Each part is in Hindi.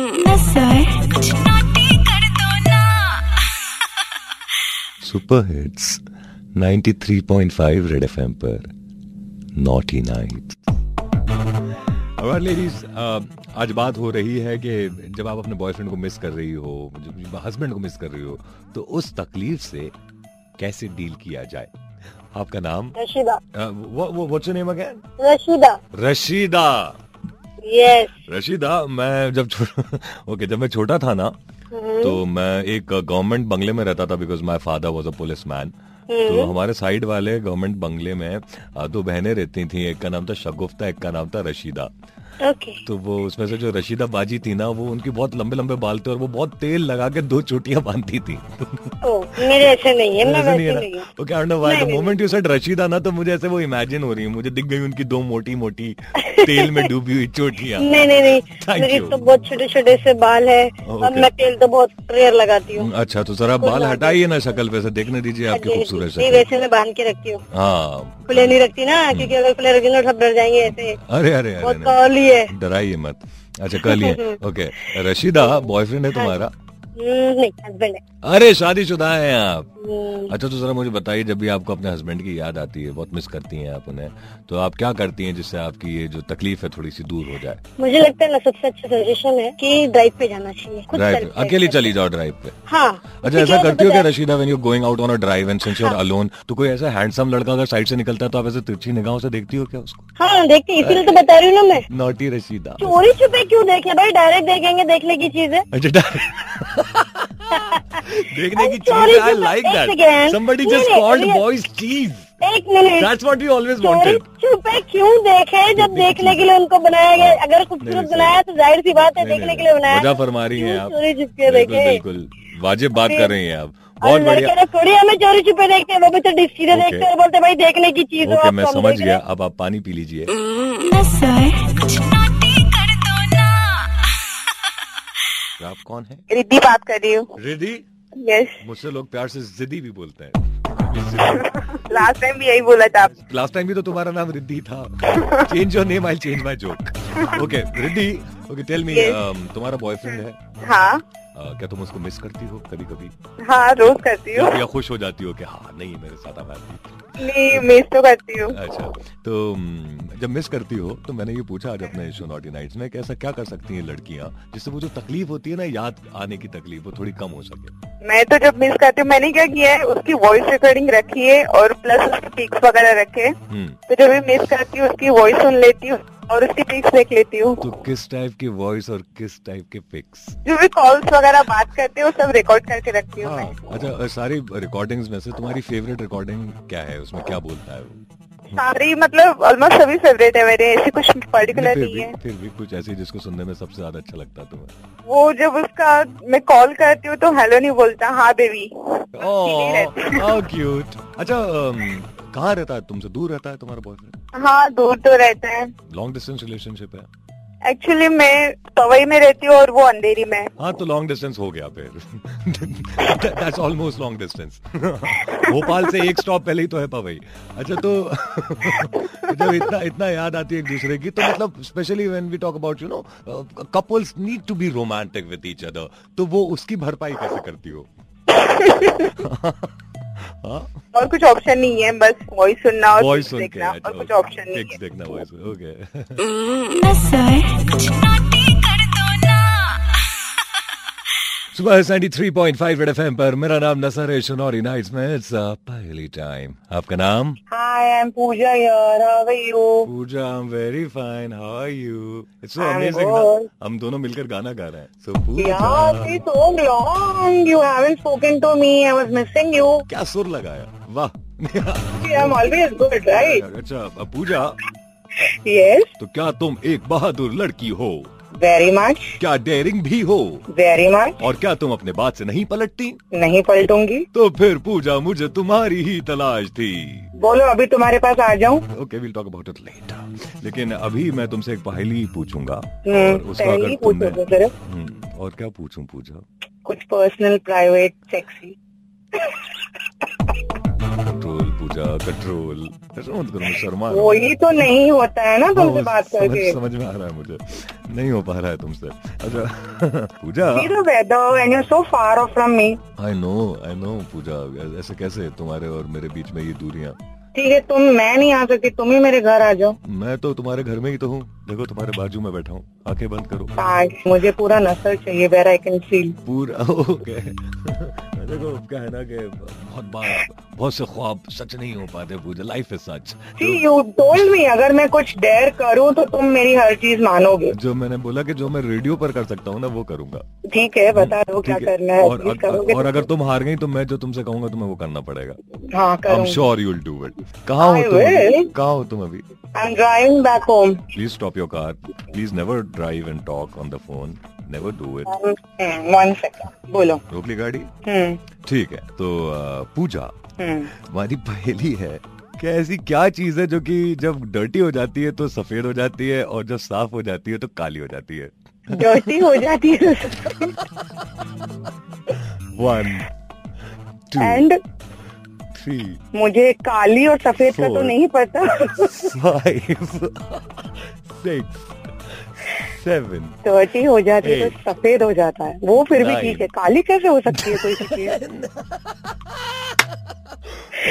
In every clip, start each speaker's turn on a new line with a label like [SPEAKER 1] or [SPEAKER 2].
[SPEAKER 1] सर कुछ नोटी कर दो ना
[SPEAKER 2] सुपर हिट्स 93.5 रेड एफएम पर naughty night
[SPEAKER 3] all right ladies uh, आज बात हो रही है कि जब आप अपने बॉयफ्रेंड को मिस कर रही हो जब हस्बैंड को मिस कर रही हो तो उस तकलीफ से कैसे डील किया जाए आपका नाम Uh,
[SPEAKER 4] Rashida
[SPEAKER 3] what's your name again
[SPEAKER 4] Rashida
[SPEAKER 3] Rashida
[SPEAKER 4] yes
[SPEAKER 3] Rashida मैं जब छोटा ओके जब मैं छोटा था ना
[SPEAKER 4] हम्म।
[SPEAKER 3] तो मैं एक गवर्नमेंट बंगले में रहता था because my father was a policeman
[SPEAKER 4] हम्म।
[SPEAKER 3] तो हमारे साइड वाले गवर्नमेंट बंगले में अ, दो बहनें रहती थी एक का नाम था शगुफ्ता एक का नाम था रशीदा
[SPEAKER 4] ओके
[SPEAKER 3] तो वो उसमें से जो रशीदा बाजी थी ना वो उनकी बहुत लंबे लंबे बाल थे और वो बहुत तेल लगा के दो चोटियां बांधती थी
[SPEAKER 4] ओ मेरे ऐसे नहीं है मैं
[SPEAKER 3] ऐसे नहीं
[SPEAKER 4] वैसे
[SPEAKER 3] है
[SPEAKER 4] नहीं हूँ
[SPEAKER 3] ना okay I don't know why
[SPEAKER 4] नहीं,
[SPEAKER 3] द
[SPEAKER 4] नहीं,
[SPEAKER 3] मोमेंट यू सेड रशीदा ना तो मुझे ऐसे वो इमेजिन हो रही है मुझे दिख गई उनकी दो मोटी मोटी तेल में डूबी हुई चोटियां
[SPEAKER 4] नहीं नहीं नहीं
[SPEAKER 3] Thank
[SPEAKER 4] मेरे
[SPEAKER 3] you. Oh,
[SPEAKER 4] तो बहुत छोटे छोटे से बाल है और
[SPEAKER 3] Okay.
[SPEAKER 4] मैं तेल तो बहुत रेयर लगाती हूँ हाँ
[SPEAKER 3] अच्छा तो सर आप बाल हटाइए ना शक्ल पे से देखने दीजिए आपकी
[SPEAKER 4] जी,
[SPEAKER 3] खूबसूरत
[SPEAKER 4] जी,
[SPEAKER 3] शक्ल
[SPEAKER 4] वैसे मैं बांध के रखती हूँ
[SPEAKER 3] हाँ
[SPEAKER 4] खुले नहीं रखती ना क्योंकि अगर खुले रखेंगे तो सब डर जाएंगे ऐसे
[SPEAKER 3] अरे अरे अरे
[SPEAKER 4] बहुत
[SPEAKER 3] नहीं,
[SPEAKER 4] कॉली है
[SPEAKER 3] डराइए मत अच्छा कर लिए ओके रशीदा बॉयफ्रेंड
[SPEAKER 4] हाँ
[SPEAKER 3] है तुम्हारा
[SPEAKER 4] हम्म, नहीं हस्बैंड है
[SPEAKER 3] अरे शादीशुदा हैं आप
[SPEAKER 4] हम्म,
[SPEAKER 3] अच्छा तो जरा मुझे बताइए जब भी आपको अपने हस्बैंड की याद आती है बहुत मिस करती हैं आप उन्हें तो आप क्या करती हैं जिससे आपकी ये जो तकलीफ है थोड़ी सी दूर हो जाए
[SPEAKER 4] मुझे लगता है ना सबसे अच्छा सजेशन है कि ड्राइव पे जाना चाहिए खुद
[SPEAKER 3] ड्राइव
[SPEAKER 4] self-drive
[SPEAKER 3] अकेली
[SPEAKER 4] करना।
[SPEAKER 3] चली जाओ ड्राइव पे
[SPEAKER 4] हाँ
[SPEAKER 3] अच्छा
[SPEAKER 4] क्योंकि
[SPEAKER 3] ऐसा
[SPEAKER 4] आपको
[SPEAKER 3] करती हो
[SPEAKER 4] पता
[SPEAKER 3] क्या
[SPEAKER 4] है- हाँ।
[SPEAKER 3] Rashida when you going out on a drive and since you are alone तो कोई ऐसा हैंडसम लड़का अगर साइड से निकलता है तो आप ऐसे तिरछी निगाहों से देखती हो क्या उसको
[SPEAKER 4] हाँ देखते इसीलिए तो बता रही हूँ ना मैं
[SPEAKER 3] नॉटी रशीदा
[SPEAKER 4] चोरी छुपे क्यों देखे भाई डायरेक्ट देखेंगे देखने की चीज है
[SPEAKER 3] अच्छा देखने की
[SPEAKER 4] I'm sorry,
[SPEAKER 3] चीज I
[SPEAKER 4] but
[SPEAKER 3] like
[SPEAKER 4] it's
[SPEAKER 3] that
[SPEAKER 4] again-
[SPEAKER 3] somebody
[SPEAKER 4] नहीं,
[SPEAKER 3] just
[SPEAKER 4] नहीं,
[SPEAKER 3] called
[SPEAKER 4] real-
[SPEAKER 3] boys cheese
[SPEAKER 4] एक minute
[SPEAKER 3] that's what we always
[SPEAKER 4] चोरी
[SPEAKER 3] wanted
[SPEAKER 4] छुपे क्यों देखे जब देखने के लिए उनको बनाया गया अगर खूबसूरत
[SPEAKER 3] नहीं,
[SPEAKER 4] बनाया तो जाहिर सी बात है
[SPEAKER 3] नहीं,
[SPEAKER 4] देखने
[SPEAKER 3] नहीं,
[SPEAKER 4] के लिए बनाया
[SPEAKER 3] वजह फरमा रही हैं
[SPEAKER 4] क्यों
[SPEAKER 3] आप
[SPEAKER 4] चोरी छुपके
[SPEAKER 3] बिल्कुल
[SPEAKER 4] देखे?
[SPEAKER 3] बिल्कुल वाजिब बात कर रही हैं आप
[SPEAKER 4] और
[SPEAKER 3] बहुत बढ़िया
[SPEAKER 4] लड़के लोग थोड़ी हमें चोरी छुपे देखते हैं वो भी तो डिस सीधे
[SPEAKER 3] Okay.
[SPEAKER 4] देखते हैं और बोलते हैं भाई देखने की तो चीज
[SPEAKER 3] ओके मैं समझ गया अब आप पानी पी लीजिए
[SPEAKER 1] ना सर कुछ नोटी कर दो ना
[SPEAKER 3] आप कौन है
[SPEAKER 4] रिद्धि बात कर रही हूँ
[SPEAKER 3] रिधि
[SPEAKER 4] यस
[SPEAKER 3] मुझसे लोग प्यार से जिदी भी बोलते हैं
[SPEAKER 4] लास्ट टाइम भी यही बोला था आप
[SPEAKER 3] लास्ट टाइम भी तो तुम्हारा नाम रिद्धि था change your name I change my joke okay Riddhi okay tell me
[SPEAKER 4] Yes.
[SPEAKER 3] um, तुम्हारा बॉयफ्रेंड है
[SPEAKER 4] हाँ
[SPEAKER 3] अ, क्या तुम उसको मिस करती हो कभी कभी
[SPEAKER 4] हाँ रोज करती
[SPEAKER 3] या या खुश हो जाती हो कि हाँ नहीं मेरे साथ अब आती
[SPEAKER 4] नहीं मिस तो करती हूँ
[SPEAKER 3] अच्छा तो हम्म, जब मिस करती हो तो मैंने ये पूछा आज अपने शो नॉटी नाइट्स में कि ऐसा क्या कर सकती हैं लड़कियां जिससे वो जो तकलीफ होती है ना याद आने की तकलीफ वो थोड़ी कम हो सके
[SPEAKER 4] मैं तो जब मिस करती हूँ मैंने क्या किया है उसकी वॉइस रिकॉर्डिंग रखी है और प्लस उसकी पिक्स वगैरह रखे हैं।
[SPEAKER 3] हम्म
[SPEAKER 4] तो जब भी मिस करती हूँ उसकी वॉइस सुन लेती हूँ और उसकी पिक्स देख लेती हूँ
[SPEAKER 3] तो किस टाइप की वॉइस और किस टाइप के पिक्स
[SPEAKER 4] जो भी कॉल्स वगैरह बात करते हैं वो सब रिकॉर्ड करके रखती हूँ
[SPEAKER 3] हाँ
[SPEAKER 4] मैं
[SPEAKER 3] अच्छा अ, सारी रिकॉर्डिंग्स में से तुम्हारी फेवरेट रिकॉर्डिंग क्या है उसमें क्या बोलता है वो
[SPEAKER 4] सारी मतलब ऑलमोस्ट सभी फेवरेट है मेरे ऐसे कुछ पर्टिकुलर
[SPEAKER 3] फिर
[SPEAKER 4] नहीं
[SPEAKER 3] भी
[SPEAKER 4] है
[SPEAKER 3] फिर भी कुछ ऐसी जिसको सुनने में सबसे ज्यादा अच्छा लगता है तुम्हें
[SPEAKER 4] वो जब उसका मैं कॉल करती हूँ तो हेलो नहीं बोलता हाँ बेबी
[SPEAKER 3] ओह क्यूट अच्छा अम, कहाँ रहता है तुमसे दूर रहता है तुम्हारा बॉयफ्रेंड
[SPEAKER 4] हाँ दूर तो रहता है
[SPEAKER 3] लॉन्ग डिस्टेंस रिलेशनशिप है
[SPEAKER 4] एक्चुअली मैं पवई में रहती हूँ और वो अंधेरी में है।
[SPEAKER 3] हाँ तो लॉन्ग डिस्टेंस हो गया फिर that's almost long distance Bhopal से एक स्टॉप पहले ही तो है पवई अच्छा तो जब इतना इतना याद आती है एक दूसरे की तो मतलब specially when we talk about you know uh, couples need to be romantic with each other तो वो उसकी भरपाई कैसे करती हो हाँ
[SPEAKER 4] और कुछ ऑप्शन नहीं है बस वॉइस सुनना और
[SPEAKER 3] वॉइस
[SPEAKER 4] pics
[SPEAKER 3] सुन के
[SPEAKER 4] देखना
[SPEAKER 3] अच्छा,
[SPEAKER 4] और कुछ
[SPEAKER 3] okay.
[SPEAKER 4] ऑप्शन नहीं
[SPEAKER 3] Pics
[SPEAKER 4] है
[SPEAKER 3] देखना वॉइस ओके
[SPEAKER 1] ना सर कुछ नोटी कर दो ना
[SPEAKER 3] सुबह 93.5 रेड एफएम पर मेरा नाम नसर है शनौरी नाइट्स में इट्स पहली टाइम आपका नाम
[SPEAKER 4] हाय आई एम पूजा यार how are you
[SPEAKER 3] Pooja I am very fine how are you it's so
[SPEAKER 4] I'm
[SPEAKER 3] amazing
[SPEAKER 4] good.
[SPEAKER 3] हम दोनों मिलकर गाना गा रहे हैं सो
[SPEAKER 4] यार
[SPEAKER 3] Pooja
[SPEAKER 4] so long you haven't spoken to me I was missing you
[SPEAKER 3] क्या सुर लगाया वाह
[SPEAKER 4] I am always good right
[SPEAKER 3] अच्छा अब पूजा
[SPEAKER 4] यस
[SPEAKER 3] तो क्या तुम एक बहादुर लड़की हो
[SPEAKER 4] वेरी मच
[SPEAKER 3] क्या डेयरिंग भी हो
[SPEAKER 4] वेरी मच
[SPEAKER 3] और क्या तुम अपने बात से नहीं पलटती
[SPEAKER 4] नहीं पलटूंगी
[SPEAKER 3] तो फिर पूजा मुझे तुम्हारी ही तलाश थी
[SPEAKER 4] बोलो अभी तुम्हारे पास आ जाऊं
[SPEAKER 3] okay will talk about it later लेकिन अभी मैं तुमसे एक पहेली पूछूंगा
[SPEAKER 4] हम्म,
[SPEAKER 3] और उसका
[SPEAKER 4] पहेली
[SPEAKER 3] अगर तुमने
[SPEAKER 4] पूछो तो सिर्फ।
[SPEAKER 3] हम्म, और क्या पूछूं पूजा हाँ,
[SPEAKER 4] कुछ personal private sexy
[SPEAKER 3] control Pooja control ऐसा मत करो मैं शर्मा रहा हूँ।
[SPEAKER 4] वही तो नहीं होता है ना
[SPEAKER 3] हाँ,
[SPEAKER 4] तुमसे
[SPEAKER 3] वो
[SPEAKER 4] बात
[SPEAKER 3] समझ-
[SPEAKER 4] करके
[SPEAKER 3] समझ में आ रहा है मुझे नहीं हो पा रहा है तुमसे अच्छा पूजा
[SPEAKER 4] See the तो weather and you're so far off from me.
[SPEAKER 3] I know I know Pooja ऐ- ऐसे कैसे तुम्हारे और मेरे बीच में ये दूरियां
[SPEAKER 4] ठीक है तुम मैं नहीं आ सकती तुम ही मेरे घर आ जाओ
[SPEAKER 3] मैं तो तुम्हारे घर में ही तो हूँ देखो तुम्हारे बाजू में बैठा हूँ आंखें बंद करो
[SPEAKER 4] काश मुझे पूरा नसर चाहिए वेर आई कैन फील
[SPEAKER 3] पूरा ओके देखो क्या है ना कि बहुत बार बहुत से ख्वाब सच नहीं हो पाते Pooja life is such
[SPEAKER 4] see you told me अगर मैं कुछ डेयर करूं तो तुम मेरी हर चीज मानोगे
[SPEAKER 3] जो मैंने बोला कि जो मैं रेडियो पर कर सकता हूँ ना वो करूंगा
[SPEAKER 4] ठीक है बता दो क्या
[SPEAKER 3] ठीक है
[SPEAKER 4] करना है
[SPEAKER 3] और,
[SPEAKER 4] please
[SPEAKER 3] अग,
[SPEAKER 4] करोगे
[SPEAKER 3] और अगर तुम हार गई तो मैं जो तुमसे कहूंगा तुम्हें वो करना पड़ेगा
[SPEAKER 4] हाँ
[SPEAKER 3] आई एम
[SPEAKER 4] करूंगी
[SPEAKER 3] sure you will do it कहाँ हो
[SPEAKER 4] I
[SPEAKER 3] तुम अभी?
[SPEAKER 4] will.
[SPEAKER 3] कहाँ हो तुम अभी
[SPEAKER 4] I am driving back home
[SPEAKER 3] please stop your car please never drive and talk on the phone never do it
[SPEAKER 4] Hmm, one second बोलो
[SPEAKER 3] रोक ली गाड़ी
[SPEAKER 4] हम्म
[SPEAKER 3] ठीक है तो अ, पूजा
[SPEAKER 4] हम्म
[SPEAKER 3] तुम्हारी पहेली है क्या ऐसी क्या चीज है जो कि जब डर्टी हो जाती है तो सफेद हो जाती है और जब साफ हो जाती है तो काली हो जाती है
[SPEAKER 4] डर्टी हो जाती है
[SPEAKER 3] Hmm। One two
[SPEAKER 4] and
[SPEAKER 3] three
[SPEAKER 4] मुझे काली और सफेद का तो
[SPEAKER 3] Four.
[SPEAKER 4] नहीं पता
[SPEAKER 3] फाइव सिक्स सेवन
[SPEAKER 4] डर्टी हो जाती है तो
[SPEAKER 3] Eight.
[SPEAKER 4] सफेद हो जाता है वो फिर भी
[SPEAKER 3] Nine.
[SPEAKER 4] ठीक है काली कैसे हो सकती है कोई चीज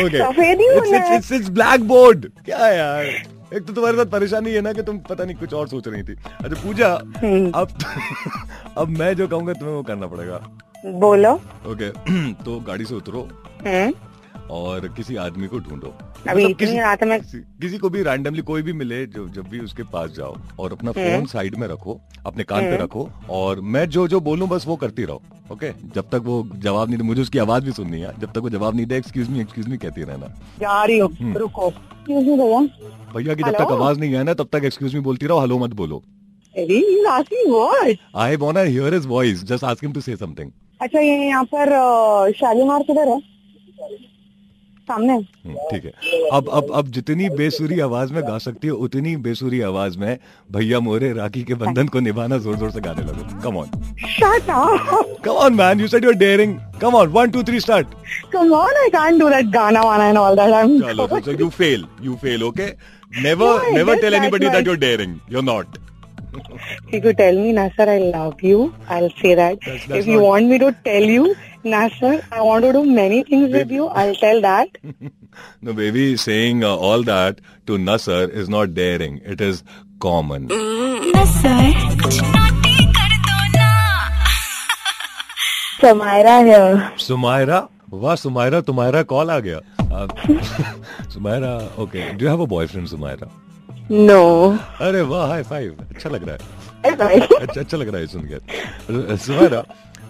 [SPEAKER 3] ओके
[SPEAKER 4] सफेद ही होना है।
[SPEAKER 3] इट्स इट्स ब्लैक बोर्ड क्या यार एक तो तुम्हारे साथ परेशानी है ना कि तुम पता नहीं कुछ और सोच रही थी अच्छा पूजा
[SPEAKER 4] हम्म।
[SPEAKER 3] अब अब मैं जो कहूंगा तुम्हें वो करना पड़ेगा
[SPEAKER 4] बोलो
[SPEAKER 3] ओके तो गाड़ी से उतरो
[SPEAKER 4] हम्म
[SPEAKER 3] और किसी आदमी को ढूंढो
[SPEAKER 4] अभी
[SPEAKER 3] Hmm? मतलब
[SPEAKER 4] इतनी रात में
[SPEAKER 3] किसी, किसी को भी रैंडमली कोई भी मिले जो जब भी उसके पास जाओ और अपना फोन साइड में रखो अपने कान पे रखो और मैं जो जो बोलूं बस वो करती रहो ओके जब तक वो जवाब नहीं दे मुझे उसकी आवाज भी सुननी है जब तक वो जवाब नहीं दे एक्सक्यूज मी एक्सक्यूज मी कहती रहना
[SPEAKER 4] जा रही हो
[SPEAKER 3] हम्म।
[SPEAKER 4] रुको Excuse me भैया
[SPEAKER 3] भैया की जब
[SPEAKER 4] Hello?
[SPEAKER 3] तक आवाज नहीं आए ना तब तक एक्सक्यूज मी बोलती रहो हेलो मत बोलो
[SPEAKER 4] अरे asking what?
[SPEAKER 3] I want here is voice just ask him to say something
[SPEAKER 4] अच्छा ये यहाँ पर अ, शालीमार किधर है सामने
[SPEAKER 3] हम्म, ठीक है अब अब अब जितनी बेसुरी आवाज में गा सकती हो उतनी बेसुरी आवाज में भैया मोरे राखी के बंधन को निभाना जोर जोर से गाने लगो come on
[SPEAKER 4] shut up
[SPEAKER 3] come on man you said you daring come on one two three start
[SPEAKER 4] come on I can't do that गाना वाना एंड ऑल दैट आई
[SPEAKER 3] चलो तो so you fail you fail okay never
[SPEAKER 4] No,
[SPEAKER 3] never
[SPEAKER 4] that's
[SPEAKER 3] tell
[SPEAKER 4] not
[SPEAKER 3] anybody
[SPEAKER 4] right.
[SPEAKER 3] That you daring you are not
[SPEAKER 4] If you tell me, Nasser, I love you, I'll say that.
[SPEAKER 3] That's- that's
[SPEAKER 4] if you
[SPEAKER 3] not-
[SPEAKER 4] want me to tell you, Nasser, I want to do many things with you, I'll tell that.
[SPEAKER 3] No baby saying all that to Nasar is not daring it is common
[SPEAKER 1] naughty कर दो ना
[SPEAKER 4] Samaira here.
[SPEAKER 3] सुमायरा वाह सुमायरा तुम्हारा कॉल आ गया आप- Sumaira okay do have a boyfriend Sumaira
[SPEAKER 4] No.
[SPEAKER 3] अरे वाह हाई फाइव अच्छा लग रहा है
[SPEAKER 4] Bye.
[SPEAKER 3] अच्छा अच्छा लग रहा है सुन के सुमायरा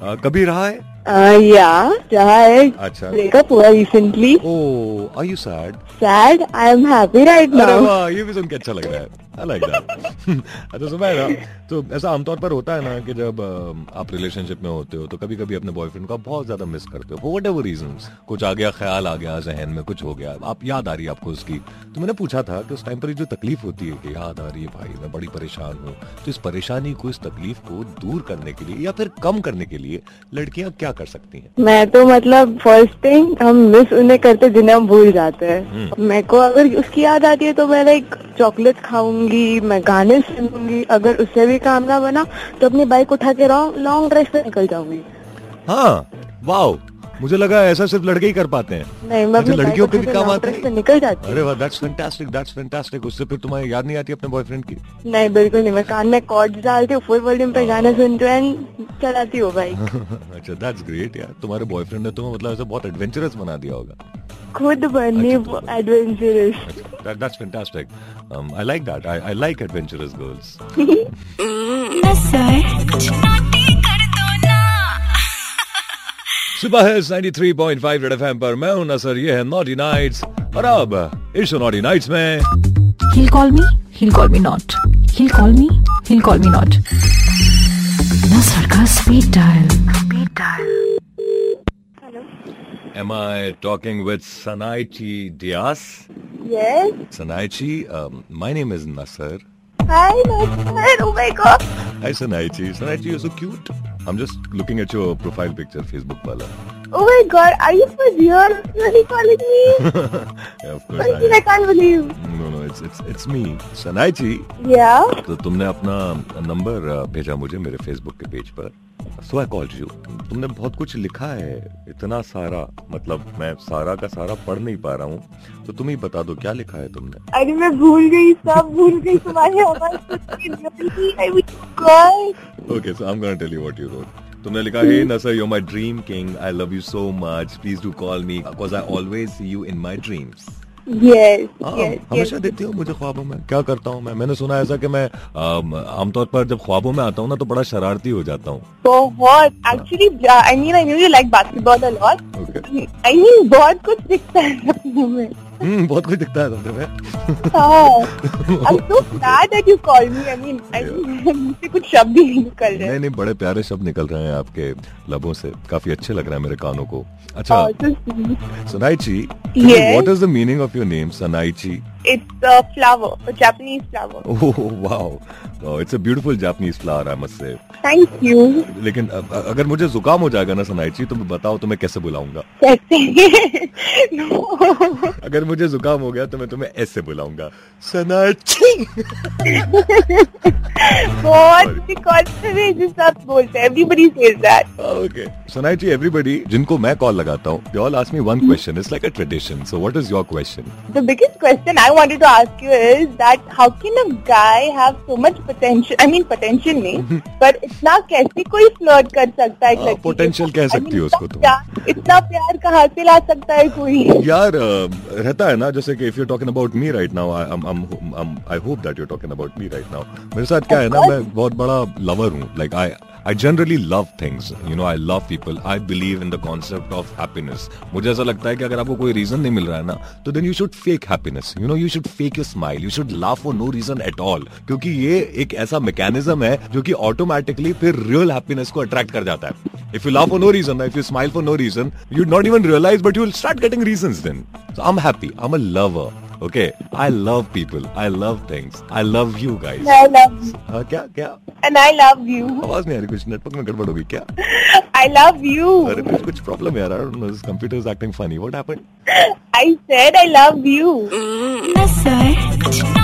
[SPEAKER 3] आ, कभी रहा है
[SPEAKER 4] Uh, yeah, I
[SPEAKER 3] अच्छा
[SPEAKER 4] breakup हुआ recently.
[SPEAKER 3] Oh are you sad
[SPEAKER 4] Sad, I am happy right
[SPEAKER 3] अरे
[SPEAKER 4] now.
[SPEAKER 3] वाह ये भी सुन के अच्छा लग रहा है आई लाइक दैट अच्छा सुमायरा तो ऐसा आमतौर पर होता है ना कि जब अम, आप रिलेशनशिप में होते हो तो कभी कभी अपने बॉयफ्रेंड को आप बहुत ज्यादा मिस करते हो वट एवर रीजन कुछ आ गया ख्याल आ गया जहन में कुछ हो गया आप याद आ रही है आपको उसकी तो मैंने पूछा था कि उस टाइम पर ये जो तकलीफ होती है कि याद आ रही है भाई मैं बड़ी परेशान हूँ तो इस परेशानी को इस तकलीफ को दूर करने के लिए या फिर कम करने के लिए लड़कियां क्या कर सकती हैं
[SPEAKER 4] मैं तो मतलब फर्स्ट थिंग हम मिस उन्हें करते जिन्हें हम भूल जाते
[SPEAKER 3] हम्म।
[SPEAKER 4] हैं मेरे को अगर उसकी याद आती है तो मैं लाइक चॉकलेट खाऊंगी मैं गाने सुनूंगी अगर उससे भी काम ना बना तो अपनी बाइक उठा के लॉन्ग ड्राइव पे निकल जाऊंगी
[SPEAKER 3] हाँ वाओ मुझे लगा ऐसा सिर्फ लड़के ही कर पाते हैं
[SPEAKER 4] नहीं मैं
[SPEAKER 3] अच्छा,
[SPEAKER 4] अपनी
[SPEAKER 3] लड़कियों के भी काम
[SPEAKER 4] लॉन्ग
[SPEAKER 3] आते
[SPEAKER 4] ड्राइव
[SPEAKER 3] हैं?
[SPEAKER 4] पे निकल जाती हूँ
[SPEAKER 3] अरे वाह दैट्स फैंटास्टिक दैट्स फैंटास्टिक उससे फिर तुम्हें याद नहीं आती अपने बॉयफ्रेंड की
[SPEAKER 4] नहीं बिल्कुल नहीं मैं कान में कॉर्ड डालती हूँ फुल वॉल्यूम पे
[SPEAKER 3] हाँ।
[SPEAKER 4] गाने सुनती हूँ एंड चलाती हूँ बाइक
[SPEAKER 3] अच्छा दैट्स ग्रेट यार तुम्हारे बॉयफ्रेंड ने तुम्हें मतलब ऐसे बहुत एडवेंचरस बना दिया होगा
[SPEAKER 4] खुद बनी
[SPEAKER 3] अच्छा, तो-
[SPEAKER 4] adventurous
[SPEAKER 3] that's fantastic I like that I like adventurous girls
[SPEAKER 1] Nasser naughty कर दो ना
[SPEAKER 3] सुबह है 93.5 रेड एफएम पर मैं हूं नसर ये है नॉटी नाइट्स और अब इस नॉटी नाइट्स में
[SPEAKER 5] He'll call me, he'll call me not. He'll call me, he'll call me not. Nasar ka speed dial. Speed dial.
[SPEAKER 3] am i talking with sanaichi dias
[SPEAKER 4] yes
[SPEAKER 3] sanaichi um, my name is nasar
[SPEAKER 6] Hi, Natar. Oh my god.
[SPEAKER 3] Hi, Sanaichi. Sanaichi, you're so cute. I'm just looking at your profile picture, Facebook wala.
[SPEAKER 6] Oh my god. Are you for real? Really calling me?
[SPEAKER 3] Yeah, of course.
[SPEAKER 6] Honestly,
[SPEAKER 3] I
[SPEAKER 6] I can't believe.
[SPEAKER 3] am. No, no, it's it's it's me, Sanaichi.
[SPEAKER 6] Yeah.
[SPEAKER 3] तो तुमने अपना नंबर अ, भेजा मुझे मेरे फेसबुक के पेज पर सो आई कॉल्ड यू तुमने बहुत कुछ लिखा है इतना सारा मतलब मैं सारा का सारा पढ़ नहीं पा रहा हूँ तो तुम ही बता दो क्या लिखा है तुमने
[SPEAKER 6] अरे मैं भूल गई सब भूल गई तुम्हारे हमारे खुद की गलती। I mean, God.
[SPEAKER 3] Okay, so I'm gonna tell you what you wrote. तुमने लिखा हे नसर you're my dream king. I love you so much. Please do call me because I always see you in my dreams.
[SPEAKER 6] Yes,
[SPEAKER 3] हाँ,
[SPEAKER 6] yes, yes.
[SPEAKER 3] हमेशा देती हो मुझे ख्वाबों में क्या करता हूँ मैं मैंने सुना है ऐसा कि मैं अम, आमतौर पर जब ख्वाबों में आता हूँ ना तो बड़ा शरारती हो जाता हूँ
[SPEAKER 6] बहुत actually I mean I knew you like basketball a lot
[SPEAKER 3] Okay.
[SPEAKER 6] I mean बहुत कुछ दिखता है सपनों में हाँ.
[SPEAKER 3] हम्म, बहुत कुछ दिखता है तुमने में
[SPEAKER 6] आई am so glad that you call me I mean आई मुझसे कुछ शब्द ही नहीं निकल रहे
[SPEAKER 3] नए नए बड़े प्यारे शब्द निकल रहे हैं आपके लबों से काफी अच्छे लग रहे हैं मेरे कानों को अच्छा
[SPEAKER 6] Oh, so sweet.
[SPEAKER 3] Sanaichi
[SPEAKER 6] Yes.
[SPEAKER 3] What is the meaning of your name Sanaichi Oh,
[SPEAKER 6] It's a flower, a Japanese flower.
[SPEAKER 3] Oh wow it's a beautiful Japanese flower I must say
[SPEAKER 6] Thank you.
[SPEAKER 3] लेकिन अ- अ- अगर मुझे जुकाम हो जाएगा ना सनाईची तो मैं बताओ तो मैं कैसे बुलाऊंगा
[SPEAKER 6] कैसे No.
[SPEAKER 3] अगर मुझे जुकाम हो गया तो मैं तुम्हें ऐसे बुलाऊंगा सनाईची
[SPEAKER 6] बहुत कॉन्फिडेंस आप बोलते हैं everybody says that
[SPEAKER 3] okay सनाईची everybody जिनको मैं कॉल लगाता हूँ they all ask me one question it's like a tradition so what is your question
[SPEAKER 6] The biggest question I wanted to ask you is that how can a guy have so much potential? I mean potential नहीं, पर इतना कैसे कोई flirt कर सकता है? एक
[SPEAKER 3] हाँ,
[SPEAKER 6] लड़की के
[SPEAKER 3] potential
[SPEAKER 6] साथ?
[SPEAKER 3] कह
[SPEAKER 6] I mean,
[SPEAKER 3] सकती हो
[SPEAKER 6] इतना
[SPEAKER 3] उसको तुम।
[SPEAKER 6] प्यार- इतना प्यार कहाँ से ला सकता है कोई?
[SPEAKER 3] यार अ, रहता है ना जैसे कि if you talking about me right now I hope that you talking about me right now मेरे साथ क्या है ना मैं बहुत बड़ा लवर हूँ like I I generally love things you know I love people I believe in the concept of happiness मुझे ऐसा लगता है कि अगर आपको कोई रीजन नहीं मिल रहा है ना तो then you should fake happiness you know you should fake your smile you should laugh for no reason at all क्योंकि ये एक ऐसा मैकेनिज्म है जो कि ऑटोमेटिकली फिर रियल हैप्पीनेस को अट्रैक्ट कर जाता है If you laugh for no reason, if you smile for no reason, you'd not even realize, but you'll start getting reasons then. So I'm happy. I'm a lover. Okay. I love people. I love things. I love you guys.
[SPEAKER 6] I love you
[SPEAKER 3] हाँ, क्या क्या
[SPEAKER 6] and I love you.
[SPEAKER 3] आवाज नहीं आ रही कुछ नेटवर्क में गड़बड़ होगी क्या
[SPEAKER 6] I love
[SPEAKER 3] अरे
[SPEAKER 6] you.
[SPEAKER 3] कुछ कुछ प्रॉब्लम है यार computer is acting funny what happened
[SPEAKER 6] I said I love you.
[SPEAKER 1] Nasar